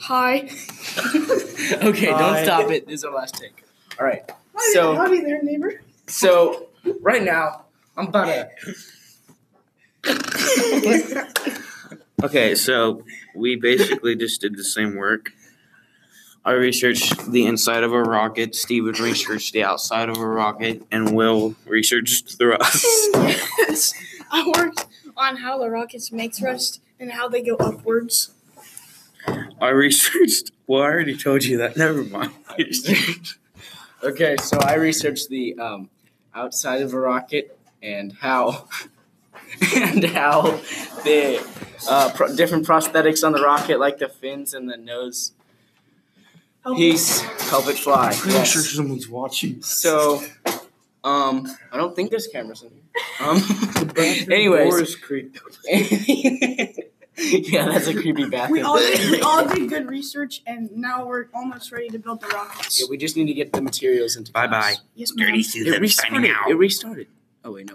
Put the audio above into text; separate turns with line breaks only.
Hi.
Okay, don't
Hi.
stop it. This is our last take. All right.
Hi,
So-
howdy there, neighbor.
So right now, I'm about to.
Okay, so we basically just did the same work. I researched the inside of a rocket, Steven researched the outside of a rocket, and Will researched thrust.
yes. I worked on how the rockets make thrust and how they go upwards.
I researched. Well, I already told you that. Never mind.
Okay, so I researched the um, outside of a rocket and how and how the uh, pro- different prosthetics on the rocket, like the fins and the nose piece, help it fly. Yes.
someone's watching.
So, um, I don't think there's cameras in here. Um, anyways, yeah, that's a creepy bathroom.
We all, did, we all did good research, and now we're almost ready to build the rockets.
Yeah, we just need to get the materials into.
Bye bye.
class.
Yes, ma'am.
Dirty Susan.
It restarted.
signing out.
It restarted. Oh wait, no.